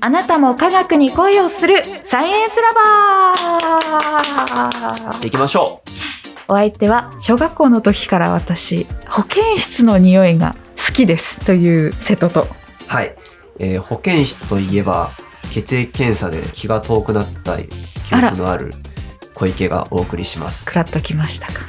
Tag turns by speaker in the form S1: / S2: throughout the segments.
S1: あなたも科学に恋をするサイエンスラバー
S2: いきましょ
S1: お相手は小学校の時から私保健室の匂いが好きですという瀬戸と
S2: うはい、えー保健室といえば血液検査で気が遠くなった記
S1: あら
S2: 憶のある小池がお送りします
S1: くらっときましたか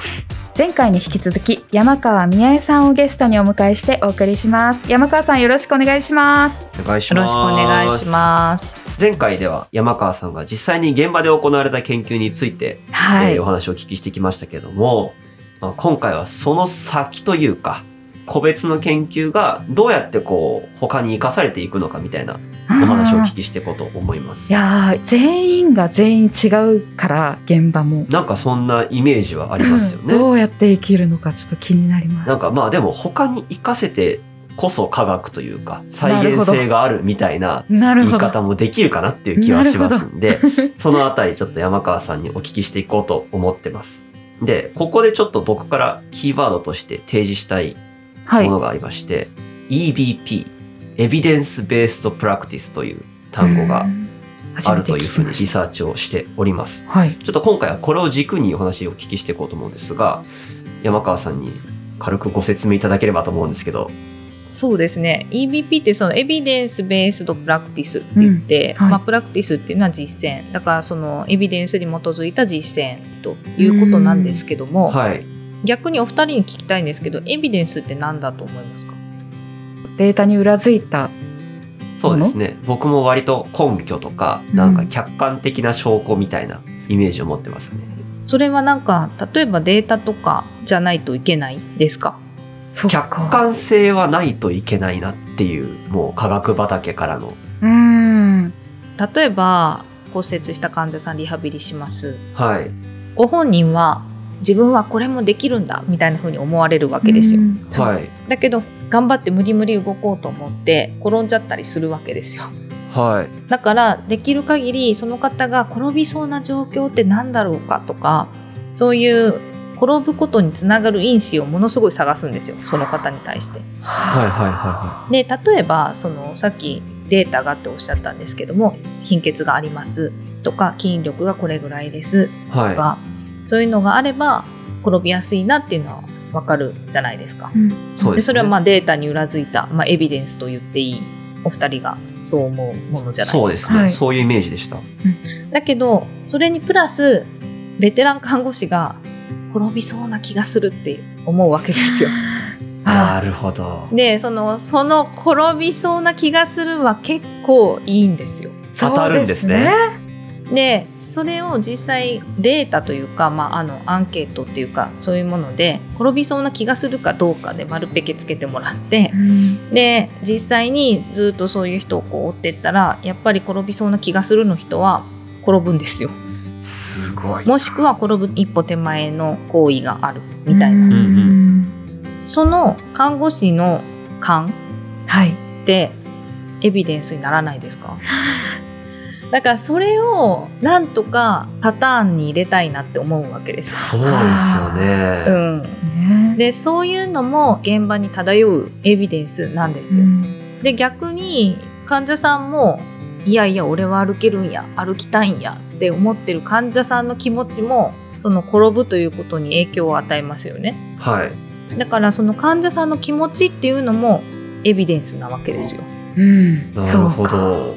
S1: 前回に引き続き山川美恵さんをゲストにお迎えしてお送りします山川さんよろしくお願いします
S2: お願いし
S3: よ
S2: ま
S3: ろ
S2: す
S3: しくお願いします。
S2: す前回では山川さんが実際に現場で行われた研究について、
S1: はい、
S2: えーお話をお聞きしてきましたけども、まあ、今回はその先というか個別の研究がどうやってこう他に生かされていくのかみたいな
S1: お
S2: お話をお聞きしていこうと思います
S1: いやー全員が全員違うから現場も、
S2: なんかそんなイメージはありますよね。
S1: どうやって生きるのかちょっと気になります
S2: なんかまあでも他に活かせてこそ科学というか再現性があるみたいな
S1: なる
S2: 言
S1: ほ
S2: い
S1: ど
S2: 方もできるかなっていう気はしますんで そのあたりちょっと山川さんにお聞きしていこうと思ってます。でここでちょっと僕からキーワードとして提示したい
S1: は
S2: も
S1: い
S2: のがありまして、EBP エビデンス・ベースド・プラクティスという単語があるというふうにリサーチをしております。
S1: はい
S2: ちょっと今回はこれを軸にお話をお聞きしていこうと思うんですが、山川さんに軽くご説明いただければと思うんですけど、
S3: そうですね。EBP ってそのエビデンスベースドプラクティスって言って、
S1: うんはい
S3: まあプラクティスっていうのは実践。だからそのエビデンスに基づいた実践ということなんですけども、
S2: はい。
S3: 逆にお二人に聞きたいんですけど、エビデンスって何だと思いますか？
S1: データに裏付いた
S2: そうですね。僕も割と根拠とか、なんか客観的な証拠みたいなイメージを持ってますね。
S3: それはなんか例えばデータとかじゃないといけないですか？
S1: そっか
S2: 客観性はないといけないなっていう、もう科学畑からの。
S1: うーん
S3: 例えば骨折した患者さんリハビリします。
S2: はい。
S3: ご本人は自分はこれもできるんだみたいな風に思われるわけですよ。
S1: うん
S2: はい。
S3: だけど頑張って無理無理動こうと思って転んじゃったりするわけですよ
S2: はい。
S3: だからできる限りその方が転びそうな状況って何だろうかとかそういう転ぶことにつながる因子をものすごい探すんですよその方に対して。
S2: はいはいはいは
S3: で例えばそのさっきデータがっておっしゃったんですけども貧血がありますとか筋力がこれぐらいです
S2: い。
S3: と
S2: は
S3: かそういうのがあれば転びやすいなっていうのは分かるじゃないですか。
S2: い。そう
S3: で
S2: ですね。
S3: それはまあデータに裏付いた、まあ、エビデンスと言っていいお二人がそう思うものじゃない
S2: そう
S3: で
S2: ですす
S3: か。
S2: ね、
S1: はい
S2: そういうイメージでした。
S3: だけどそれにプラスベテラン看護師が転びそうな気がするって思うわけで すよ。
S1: あ
S2: なるほど。
S3: でそのその転びそうな気がするは結構いいんですよ。
S1: そう
S2: 当たるんですね
S3: でそれを実際データというか、まあ、あのアンケートっていうかそういうもので転びそうな気がするかどうかで丸ペケつけてもらって
S1: う。ん
S3: で実際にずっとそういう人をこう追ってったらやっぱり転びそうな気がするの人は転ぶんですよ
S2: すごい。
S3: もしくは転ぶ一歩手前の行為があるみたいな、
S1: うん
S2: うん
S3: その看護師の勘
S1: はい
S3: ってエビデンスにならないですか だからそれをなんとかパターンに入れたいなって思うわけですよ。
S2: そうですよね。
S3: うん、
S1: ね
S3: でそういうのも現場に漂うエビデンスなんですよ。で逆に患者さんもいやいや俺は歩けるんや歩きたいんやって思ってる患者さんの気持ちもその転ぶということに影響を与えますよね
S2: はい。
S3: だからその患者さんの気持ちっていうのもエビデンスなわけですよ
S1: うん
S2: なるほ
S1: そうか
S2: ど。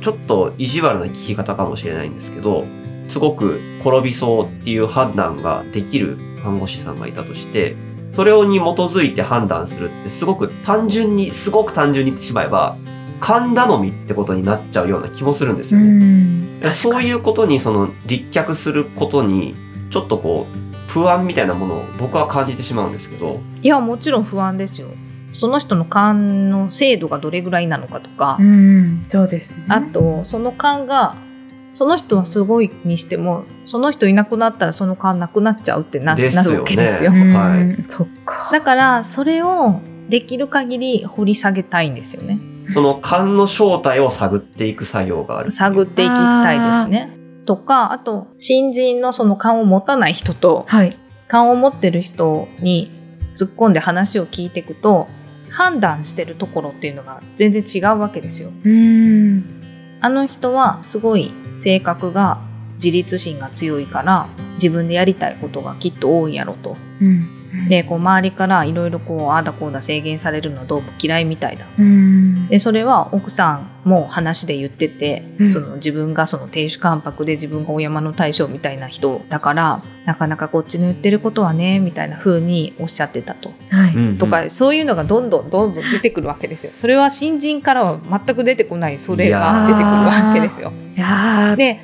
S2: ちょっと意地悪な聞き方かもしれないんですけど、すごく転びそうっていう判断ができる看護師さんがいたとして、それに基づいて判断するってすごく単純に、すごく単純に言ってしまえば、勘頼みってことになっちゃうような気もするんです
S1: う
S2: よね。
S1: ん
S2: だからそういうことにその立脚することに、ちょっとこう、不安みたいなものを僕は感じてしまうんですけど、
S3: いやもちろん不安ですよその人の勘の精度がどれぐらいなのかとか、
S1: うんそうですね
S3: あとその勘がその人はすごいにしてもその人いなくなったらその勘なくなっちゃうってな,、
S2: ですよ
S3: な
S2: ね
S3: るわけです
S1: う
S3: よ。
S1: ん
S2: はい
S1: そっか
S3: だからそれをできる限り掘り下げたいんですよね
S2: その勘の正体を探っていく作業がある。
S3: 探っていきたいですねとかあと新人のその勘を持たない人と
S1: はい
S3: 勘を持ってる人に突っ込んで話を聞いていくと判断してるところっていうのが全然違うわけですよ
S1: うん
S3: あの人はすごい性格が自立心が強いから自分でやりたいことがきっと多いやろと。
S1: うん
S3: で、こう周りからいろいろこうああだこうだ制限されるのどうも嫌いみたいだ。
S1: うん
S3: でそれは奥さんも話で言ってて、
S1: うん
S3: その自分がその亭主関白で自分がお山の大将みたいな人だからなかなかこっちの言ってることはねみたいな風におっしゃってたと。
S1: はい
S2: うん
S3: とか、そういうのがどんどんどんどん出てくるわけですよ。それは新人からは全く出てこないそれが出てくるわけですよ。
S1: いやー
S3: で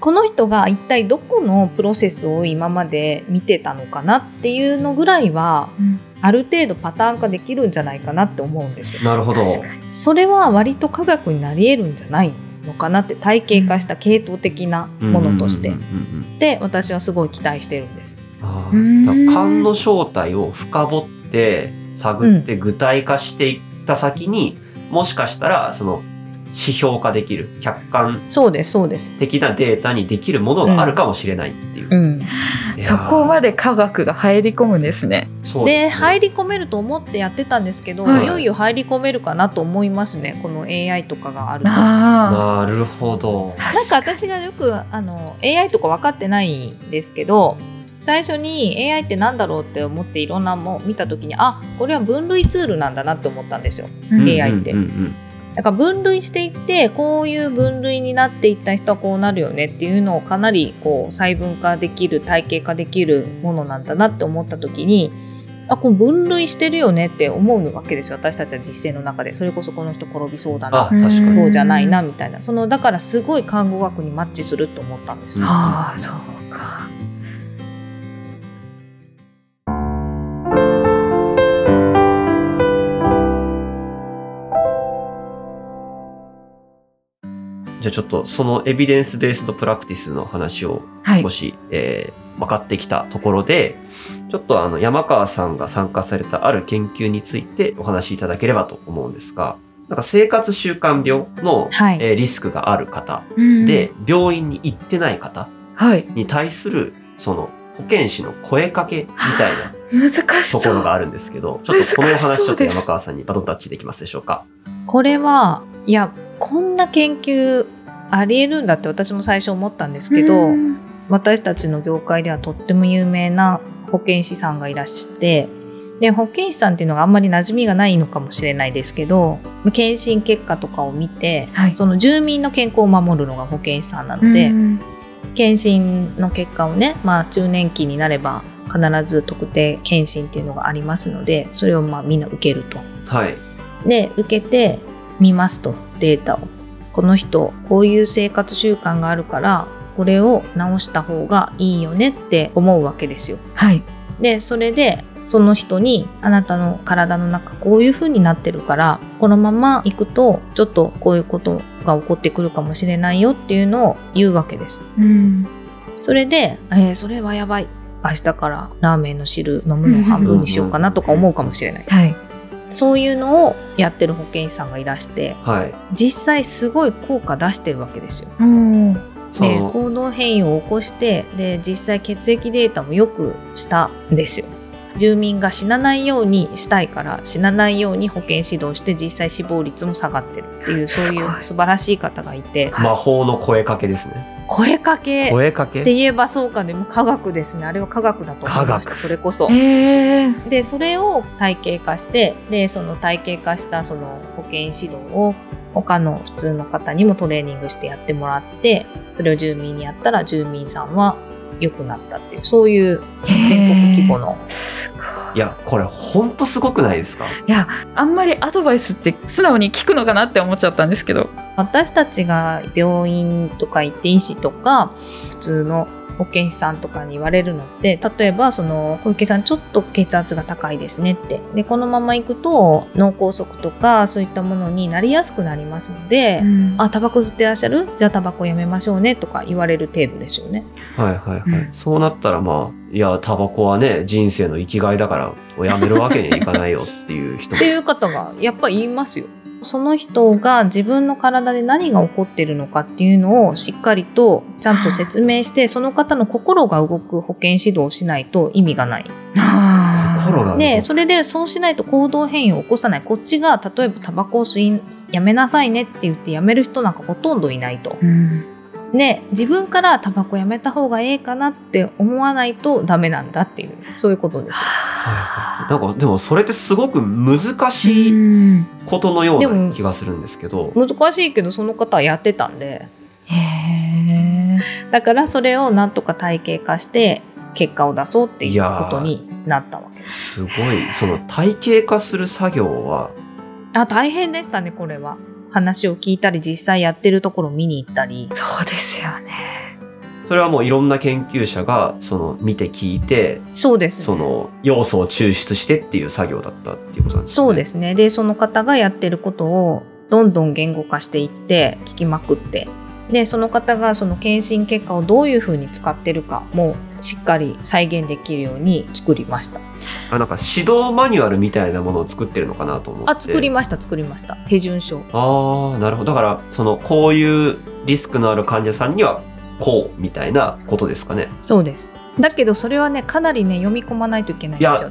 S3: この人が一体どこのプロセスを今まで見てたのかなっていうのぐらいは
S1: うん
S3: ある程度パターン化できるんじゃないかなって思うんですよ。
S2: なるほど。
S1: 確かに
S3: それは割と科学になり得るんじゃないのかなって体系化した系統的なものとして、
S2: うんうんうんうん
S3: で私はすごい期待してるんです。
S2: あ
S1: うーん
S2: ーだから勘の正体を深掘って探って具体化していった先に、もしかしたらその指標化できる客観
S3: そうですそうです。
S2: 的なデータにできるものがあるかもしれないっていう。
S3: うん、で
S2: いや
S1: そ
S2: ー
S1: こまで科学が入り込むんですね。
S2: そうですね、
S3: 入り込めると思ってやってたんですけど、
S1: はい
S3: い、よいよ入り込めるかなと思いますねこの AI とかがあると。なん
S1: あ
S2: なるほど。
S1: あ。
S3: か私がよくあの AI とか分かってないんですけど最初に AI って何だろうって思っていろんなもん見た時にあこれは分類ツールなんだなって思ったんですよ。
S1: うん
S3: AI って
S2: うんうんうん
S3: だから分類していってこういう分類になっていった人はこうなるよねっていうのをかなりこう細分化できる体系化できるものなんだなって思った時にあこう分類してるよねって思うわけですよ私たちは実践の中でそれこそこの人転びそうだ
S2: あ、
S3: な
S2: 確かに。
S3: そうじゃないなみたいなそのだからすごい看護学にマッチすると思ったんですよ。
S1: ああ、そうか。
S2: じゃあちょっとそのエビデンスベースとプラクティスの話を
S1: はい
S2: 少。し、えー分かってきたところで、ちょっとあの山川さんが参加されたある研究についてお話しいただければと思うんですが、なんか生活習慣病の、
S3: はい
S2: えーリスクがある方
S1: うん
S2: で、、病院に行ってない方
S1: はい。
S2: に対するその保健師の声かけみたい
S1: 難
S2: な
S1: し
S2: と
S1: そう。
S2: ころがあるんですけど、ちょっとこのお話ちょっと山川さんにバトンタッチできますでしょうか。
S3: これはいやこんな研究ありえるんだって私も最初思ったんですけど。
S1: うん
S3: 私たちの業界ではとっても有名な保健師さんがいらっしゃってで保健師さんっていうのがあんまり馴染みがないのかもしれないですけど検診結果とかを見て、
S1: はい
S3: その住民の健康を守るのが保健師さんなので、
S1: うん
S3: 検診の結果をね、まあ、中年期になれば必ず特定検診っていうのがありますのでそれをまあみんな受けると。
S2: はい。
S3: で受けてみますとデータをこの人こういう生活習慣があるからこれを直した方がいいよねって思うわけですよ
S1: はい。
S3: でそれでその人にあなたの体の中こういう風になってるからこのまま行くとちょっとこういうことが起こってくるかもしれないよっていうのを言うわけです
S1: うん。
S3: それで、えーそれはやばい明日からラーメンの汁飲むのを半分にしようかなとか思うかもしれない
S1: はい。
S3: そういうのをやってる保健師さんがいらして
S2: はい。
S3: 実際すごい効果出してるわけですよ。
S1: うん。
S2: そ
S3: で
S2: の、
S3: 行動変異を起こしてで実際血液データもよくしたんですよ。住民が死なないようにしたいから死なないように保健指導して実際死亡率も下がってるっていうそうい
S1: すご
S3: う
S1: い
S3: 素晴らしい方がいて
S2: 魔法の声かけですね。
S3: 声かけっ
S2: 声かけ
S3: て言えばそうかでも科学ですねあれは科学だと思いまし
S2: 科
S3: たそれこそ。
S1: えー
S3: でそれを体系化してでその体系化したその保健指導を他の普通の方にもトレーニングしてやってもらってそれを住民にやったら住民さんは良くなったっていうそういう全国規模の、
S1: すごい
S2: いや、これほんとすごくないですか
S1: あんまりアドバイスって素直に聞くのかなって思っちゃったんですけど。
S3: 私たちが病院とか行って医師とか普通の保健師さんとかに言われるのって例えばその小池さんちょっと血圧が高いですねってでこのまま行くと脳梗塞とかそういったものになりやすくなりますので、あ、タバコ吸ってらっしゃるじゃあタバコやめましょうねとか言われる程度ですよね。
S2: はいはいはい、
S1: うん
S2: そうなったらまあいやタバコはね人生の生きがいだからやめるわけにはいかないよっていう人も
S3: っていう方がやっぱ言いますよ。その人が自分の体で何が起こってるのかっていうのをしっかりとちゃんと説明してその方の心が動く保健指導をしないと意味がない。
S1: あ
S2: フォローが
S3: でそれでそうしないと行動変容を起こさないこっちが例えばタバコを吸いやめなさいねって言ってやめる人なんかほとんどいないと
S1: うん
S3: で自分からタバコやめた方がええかなって思わないとダメなんだっていうそういうことです
S2: はいはいなんかでもそれってすごく難しい
S1: うん
S2: ことのよう
S3: で
S2: な
S3: も
S2: 気がするんですけど、
S3: よ難しいけどその方はやってたんで
S1: へえ
S3: だからそれをなんとか体系化して結果を出そうっていうことになったわけです
S2: すごいその体系化する作業は
S3: あ大変でしたねこれは話を聞いたり実際やってるところを見に行ったり
S1: そうですよね
S2: それはもういろんな研究者がその見て聞いて
S3: そうですね
S2: その要素を抽出してっていう作業だったっていうことなんですね。
S3: そうですね。で、その方がやってることをどんどん言語化していって、聞きまくって。で、その方がその検診結果をどういうふうに使ってるかもしっかり再現できるように作りました。
S2: あなんか指導マニュアルみたいなものを作ってるのかなと思って。
S3: あ、作りました、作りました。手順書。
S2: ああ、なるほど。だから、その、こういうリスクのある患者さんには、こう、みたいなことですかね。
S3: そうです。だけど、それはね、かなりね、読み込まないといけな
S2: い
S3: いんで
S2: や
S3: すよ、。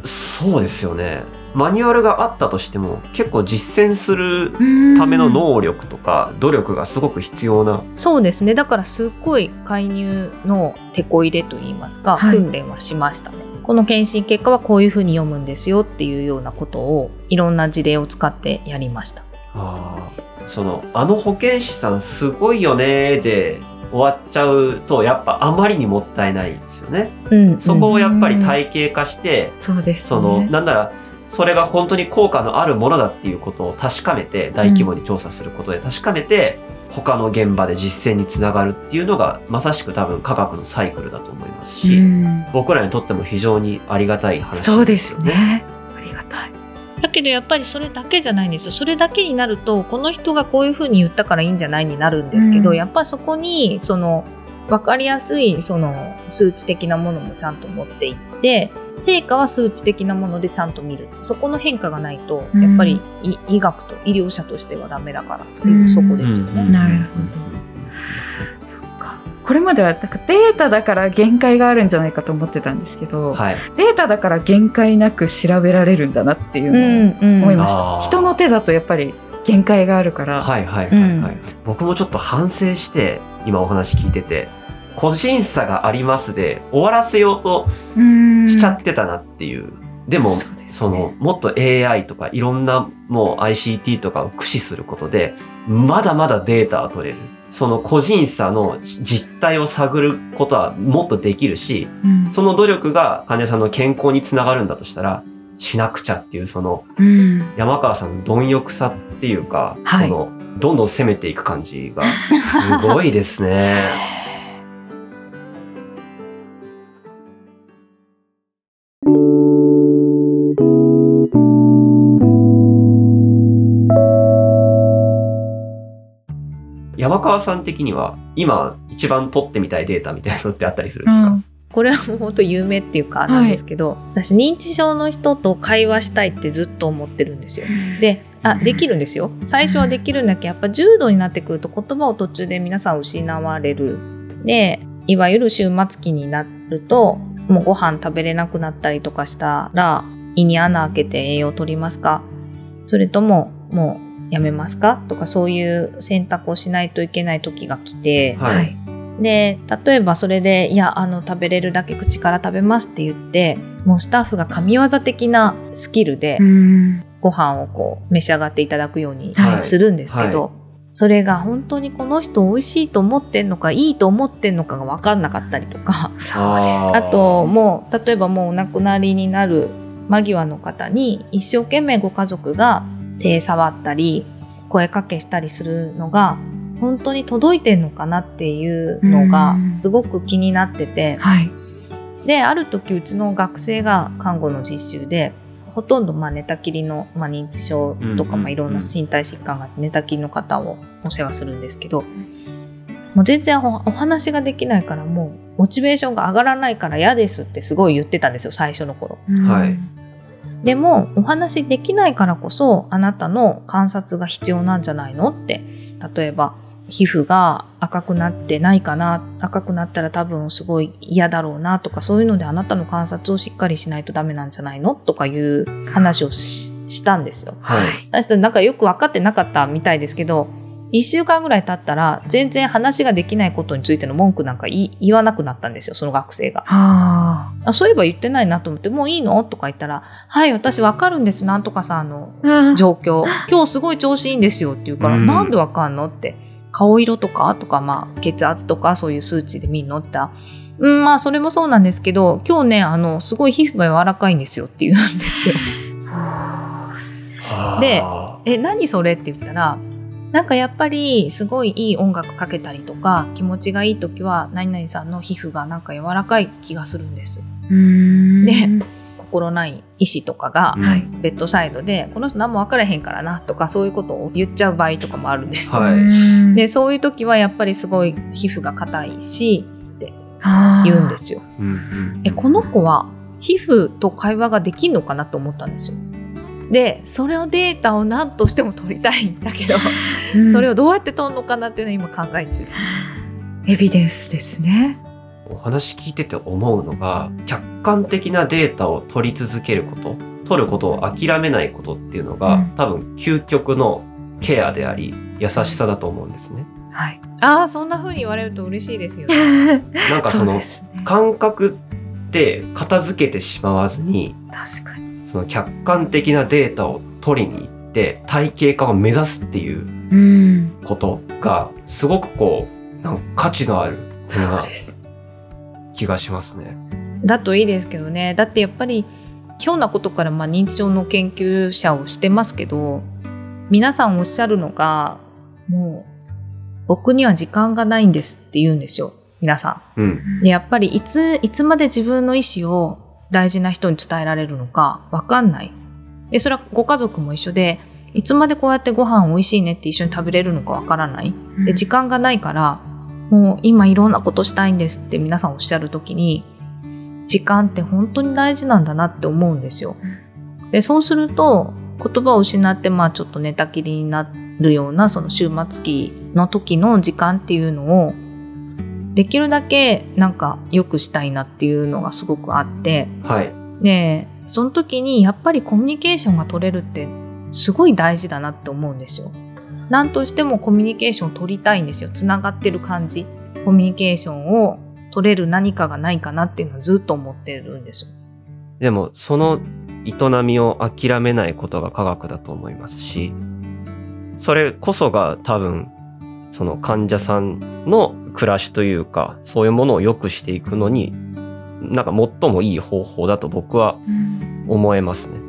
S2: そうですよね。マニュアルがあったとしても、結構実践するた
S1: た
S2: めの能力とか、努力がすごく必要な。
S3: そうですね。だから、すっごい介入の手こ入れといいますか、
S1: はい
S3: 訓練はしましたね。この検診結果はこういうふうに読むんですよっていうようなことをいろんな事例を使ってやりました。
S2: あーその、あの保健師さんすごいよねーで終わっちゃうと、やっぱあまりにもったいないですよね。
S3: うん、
S2: そこをやっぱり体系化して、
S1: そうですね
S2: その、なんなら、それが本当に効果のあるものだっていうことを確かめて、大規模に調査することで確かめて、他の現場で実践につながるっていうのが、まさしく多分科学のサイクルだと思いますし、
S1: うん
S2: 僕らにとっても非常にありがたい話
S1: そうで
S2: です
S1: す
S2: よね。
S1: ねありがたい
S3: だけどやっぱりそれだけじゃないんですよそれだけになるとこの人がこういうふうに言ったからいいんじゃないになるんですけど、
S1: うん
S3: やっぱりそこにその分かりやすいその数値的なものもちゃんと持っていって成果は数値的なものでちゃんと見るそこの変化がないと
S1: うん
S3: やっぱりい医学と医療者としてはダメだからっていううんそこですよね。
S2: うんうん
S1: なるほそっかこれまではなんかデータだから限界があるんじゃないかと思ってたんですけど、
S2: はい。
S1: データだから限界なく調べられるんだなっていう
S3: う
S1: のを
S3: んうん
S1: 思いました、
S2: あー
S1: 人の手だとやっぱり限界があるから、
S2: はいはいはいはい、
S3: うん
S2: 僕もちょっと反省して、今お話聞いてて、個人差がありますで終わらせようと
S1: うん
S2: しちゃってたなっていう。でも、
S1: そうですね
S2: その、もっと AI とかいろんなもう ICT とかを駆使することで、まだまだデータは取れる。その個人差の実態を探ることはもっとできるし、
S1: うん
S2: その努力が患者さんの健康につながるんだとしたら、しなくちゃっていうその
S1: うん
S2: 山川さんの貪欲さっていうか、
S1: はい
S2: そのどんどん攻めていく感じがすごいですね。山川さん的には今一番取ってみたいデータみたいなのってあったりするんですか、
S1: うん
S3: これはもう本当有名っていうかなんですけど、私認知症の人と会話したいってずっと思ってるんですよ。であできるんですよ最初はできるんだけどやっぱ重度になってくると言葉を途中で皆さん失われるでいわゆる終末期になるともうご飯食べれなくなったりとかしたら胃に穴開けて栄養取りますかそれとももうやめますかとかそういう選択をしないといけない時が来て、
S2: はい
S1: はい
S3: で例えばそれで「いやあの食べれるだけ口から食べます」って言ってもうスタッフが神業的なスキルで
S1: うん
S3: ご飯をこう召し上がっていただくように
S1: はい
S3: するんですけど、それが本当にこの人美味しいと思ってんのかいいと思ってんのかが分かんなかったりとか
S1: そう
S3: あともう例えばもうお亡くなりになる間際の方に一生懸命ご家族が手触ったり声かけしたりするのが本当に届いてんのかなっていうのが
S1: うん
S3: すごく気になってて
S1: ですはい
S3: である時うちの学生が看護の実習でほとんどまあ寝たきりの、まあ、認知症と
S2: うんう
S3: か
S2: んう
S3: まあ
S2: ん
S3: いろんな身体疾患があって寝たきりの方をお世話するんですけどもう全然おお話ができないからもうモチベーションが上がらないから嫌ですってすごい言ってたんですよ最初の頃。
S2: はい
S3: でもお話できないからこそあなたの観察が必要なんじゃないのって例えば皮膚が赤くなってないかな赤くなったら多分すごい嫌だろうなとかそういうのであなたの観察をしっかりしないとダメなんじゃないのとかいう話をししたんですよ。
S2: はい。
S3: そしたらなんかよく分かってなかったみたいですけど1週間ぐらい経ったら全然話ができないことについての文句なんか言い言わなくなったんですよその学生が。
S1: あ
S3: あそういえば言ってないなと思って「もういいの?」とか言ったら「はい私分かるんですなんとかさんの
S1: あ
S3: 状況今日すごい調子いいんですよって言うから、
S2: うん
S3: なんでわかんのって顔色とかとか、まあ、血圧とかそういう数値で見んのってうんまあそれもそうなんですけど今日ねあのすごい皮膚が柔らかいんですよって言うんですよで
S2: は
S3: え何それって言ったらなんかやっぱりすごいいい音楽かけたりとか気持ちがいい時は何々さんの皮膚がなんか柔らかい気がするんです
S1: うん
S3: で心ない医師とかが
S2: あ、
S1: はい。
S3: ベッドサイドでこの人何も分からへんからなとかそういうことを言っちゃう場合とかもあるんですよ
S2: はい
S1: い。
S3: でそういう時はやっぱりすごい皮膚が硬いし言うんですすよ。
S2: うんうん
S3: えこの子は皮膚と会話ができんのかなと思ったんですよ。でそれのデータを何としても取りたいんだけど、
S1: うん
S3: それをどうやって取るのかなっていうのを今考え中
S1: エビデンスですね。
S2: お話聞いてて思うのが客観的なデータを取り続けること取ることを諦めないことっていうのが、
S1: うん
S2: 多分究極のケアであり優しさだと思うんですね。
S1: はい。
S3: ああそんな風に言われると嬉しいですよね。
S2: なんかそ
S1: そう
S2: の
S1: ですね。
S2: 感覚って片付けてしまわずに
S1: 確かに。
S2: その客観的なデータを取りに行って体系化を目指すっていう
S1: うん。
S2: ことがすごくこうなんか価値のある
S1: そうです。
S2: 気がしますね。
S3: だといいですけどねだってやっぱりひょんなことからまあ認知症の研究者をしてますけど皆さんおっしゃるのがもう僕には時間がないんですって言うんですよ皆さ
S2: うん、
S3: ん。でやっぱりいついつまで自分の意思を大事な人に伝えられるのかわかんない。でそれはご家族も一緒でいつまでこうやってご飯美味しいねって一緒に食べれるのかわからない。で時間がないからもう今いろんなことしたいんですって皆さんおっしゃる時に時間って本当に大事なんだなって思うんですよ。でそうすると言葉を失ってまあちょっと寝たきりになるようなその終末期の時の時間っていうのをできるだけなんか良くしたいなっていうのがすごくあって
S2: はい
S3: でその時にやっぱりコミュニケーションが取れるってすごい大事だなって思うんですよ。何としてもコミュニケーションを取りたいんですよつながってる感じコミュニケーションを取れる何かがないかなっていうのはずっと思ってるんですよ。
S2: でもその営みを諦めないことが科学だと思いますしそれこそが多分その患者さんの暮らしというかそういうものを良くしていくのになんか最もいい方法だと僕は
S1: うん。
S2: 思えますね。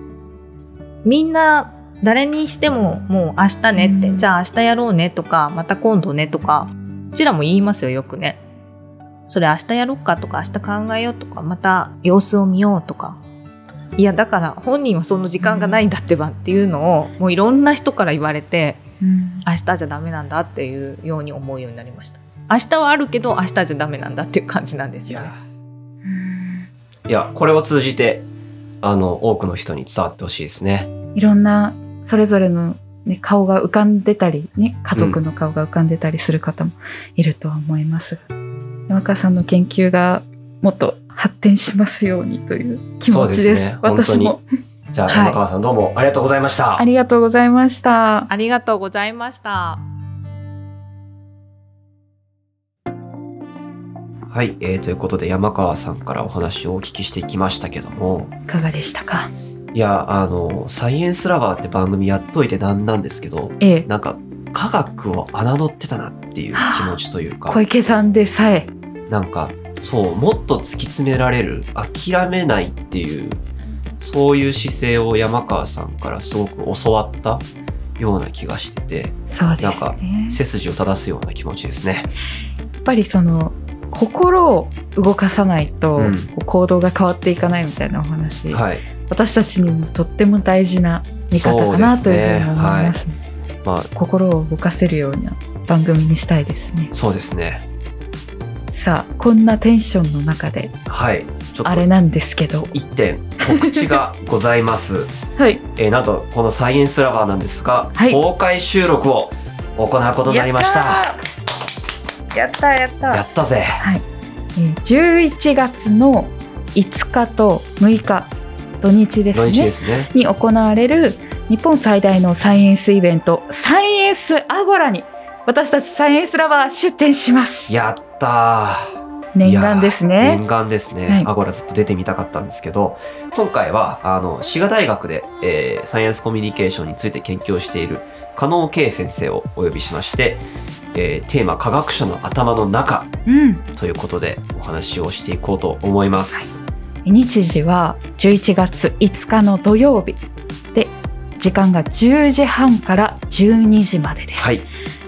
S3: みんな誰にしてももう明日ねって、
S1: うん
S3: じゃあ明日やろうねとかまた今度ねとかうちらも言いますよよくねそれ明日やろっかとか明日考えようとかまた様子を見ようとかいやだから本人はその時間がないんだってばっていうのをもういろんな人から言われて
S1: うん
S3: 明日じゃダメなんだっていうように思うようになりました明日はあるけど明日じゃダメなんだっていう感じなんですよね
S2: いやこれを通じてあの多くの人に伝わってほしいですね。
S1: いろんなそれぞれの、ね、顔が浮かんでたり、ね、家族の顔が浮かんでたりする方もいるとは思いますが、山川さんの研究がもっと発展しますようにという気持ち
S2: そう
S1: で
S2: です
S1: す
S2: ね
S1: 私も
S2: 本じゃあ
S3: はい
S2: 山川さんどうもありがとうございました。
S1: ありがとうございました
S3: ありがとうございました
S2: はい、えー、ということで山川さんからお話をお聞きしてきましたけども
S1: いかがでしたか
S2: いやあの「サイエンスラバー」って番組やっといてなんなんですけど
S1: ええ
S2: なんか科学を侮ってたなっていう気持ちというか
S1: 小池さんでさえ
S2: なんかそうもっと突き詰められる諦めないっていうそういう姿勢を山川さんからすごく教わったような気がしてて
S1: そうで
S2: なん
S1: す
S2: か
S1: ね
S2: 背筋を正すような気持ちですね。
S1: やっぱりその心を動かさないと
S2: うん
S1: こう行動が変わっていかないみたいなお話、
S2: はい
S1: 私たちにもとっても大事な見方かな
S2: そ
S1: と
S2: う
S1: いう
S2: ですね
S1: ふうに思いますね
S2: まあ、
S1: 心を動かせるような番組にしたいですね
S2: そうですね
S1: さあこんなテンションの中で
S2: はいちょっ
S1: あれ
S2: と
S1: なんですけど
S2: 一点告知がございます。
S1: はい
S2: えーなんとこの「サイエンスラバー」なんですが、
S1: はい
S2: 公開収録を行うことになりました
S1: やったー
S3: やったやった
S2: やったぜ
S1: えー11月の5日と6日土日です
S2: 土日で
S1: ね
S2: すね。
S1: に行われる日本最大のサイエンスイベントサイエンスアゴラに私たちサイエンスラバー出展します
S2: やったー。
S1: 念願です
S2: いやー
S1: ね
S2: 念願です
S1: は
S2: ね
S1: い。
S2: アゴラずっと出てみたかったんですけど、今回は、あの、滋賀大学で、えーサイエンスコミュニケーションについて研究をしている、加納圭先生をお呼びしまして、えーテーマ、科学者の頭の中
S1: うん
S2: ということでお話をしていこうと思います。
S1: 日時は11月5日の土曜日で時間が10時半から12時までです、
S2: はい。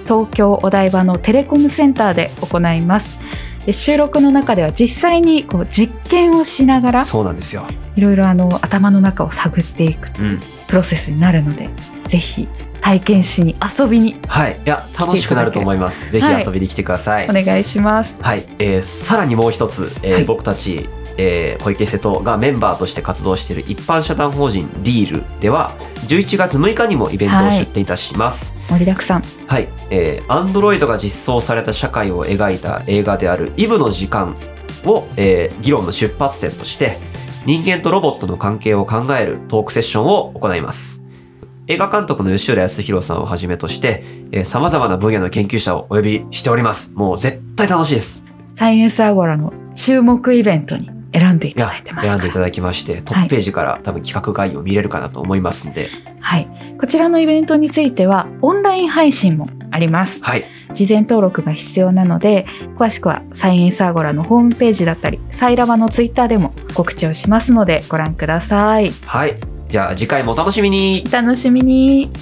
S1: 東京お台場のテレコムセンターで行いますで収録の中では実際にこう実験をしながら
S2: そうなんですよ。
S1: いろいろあの頭の中を探っていく
S2: うん。
S1: プロセスになるのでぜひ体験しに遊びに
S2: はい。いや、楽しくなると思います。ぜひ
S1: はい
S2: 遊びに来てください。
S1: お願いします
S2: はい、えーさらにもう一つ、えー
S1: はい
S2: 僕たち、えー小池瀬戸がメンバーとして活動している一般社団法人リールでは11月6日にもイベントを出展いたします。
S1: 盛りだくさん
S2: はい、えー、アンドロイドが実装された社会を描いた映画であるイブの時間を、えー議論の出発点として人間とロボットの関係を考えるトークセッションを行います。映画監督の吉浦康弘さんをはじめとして、えー、様々な分野の研究者をお呼びしております。もう絶対楽しいです。
S1: サイエンスアゴラの注目イベントに選んでい
S2: い
S1: た
S2: や
S1: だいてます
S2: 選ん
S1: か
S2: でい
S1: ら
S2: ただきましてトップページから多分企画概要見れるかなと思いますんで、
S1: はい、こちらのイベントについてはオンライン配信もあります
S2: はい、
S1: 事前登録が必要なので詳しくはサイエンスアゴラのホームページだったりサイラバのツイッターでも告知をしますのでご覧ください
S2: はい、じゃあ次回もお楽しみに
S1: お楽しみに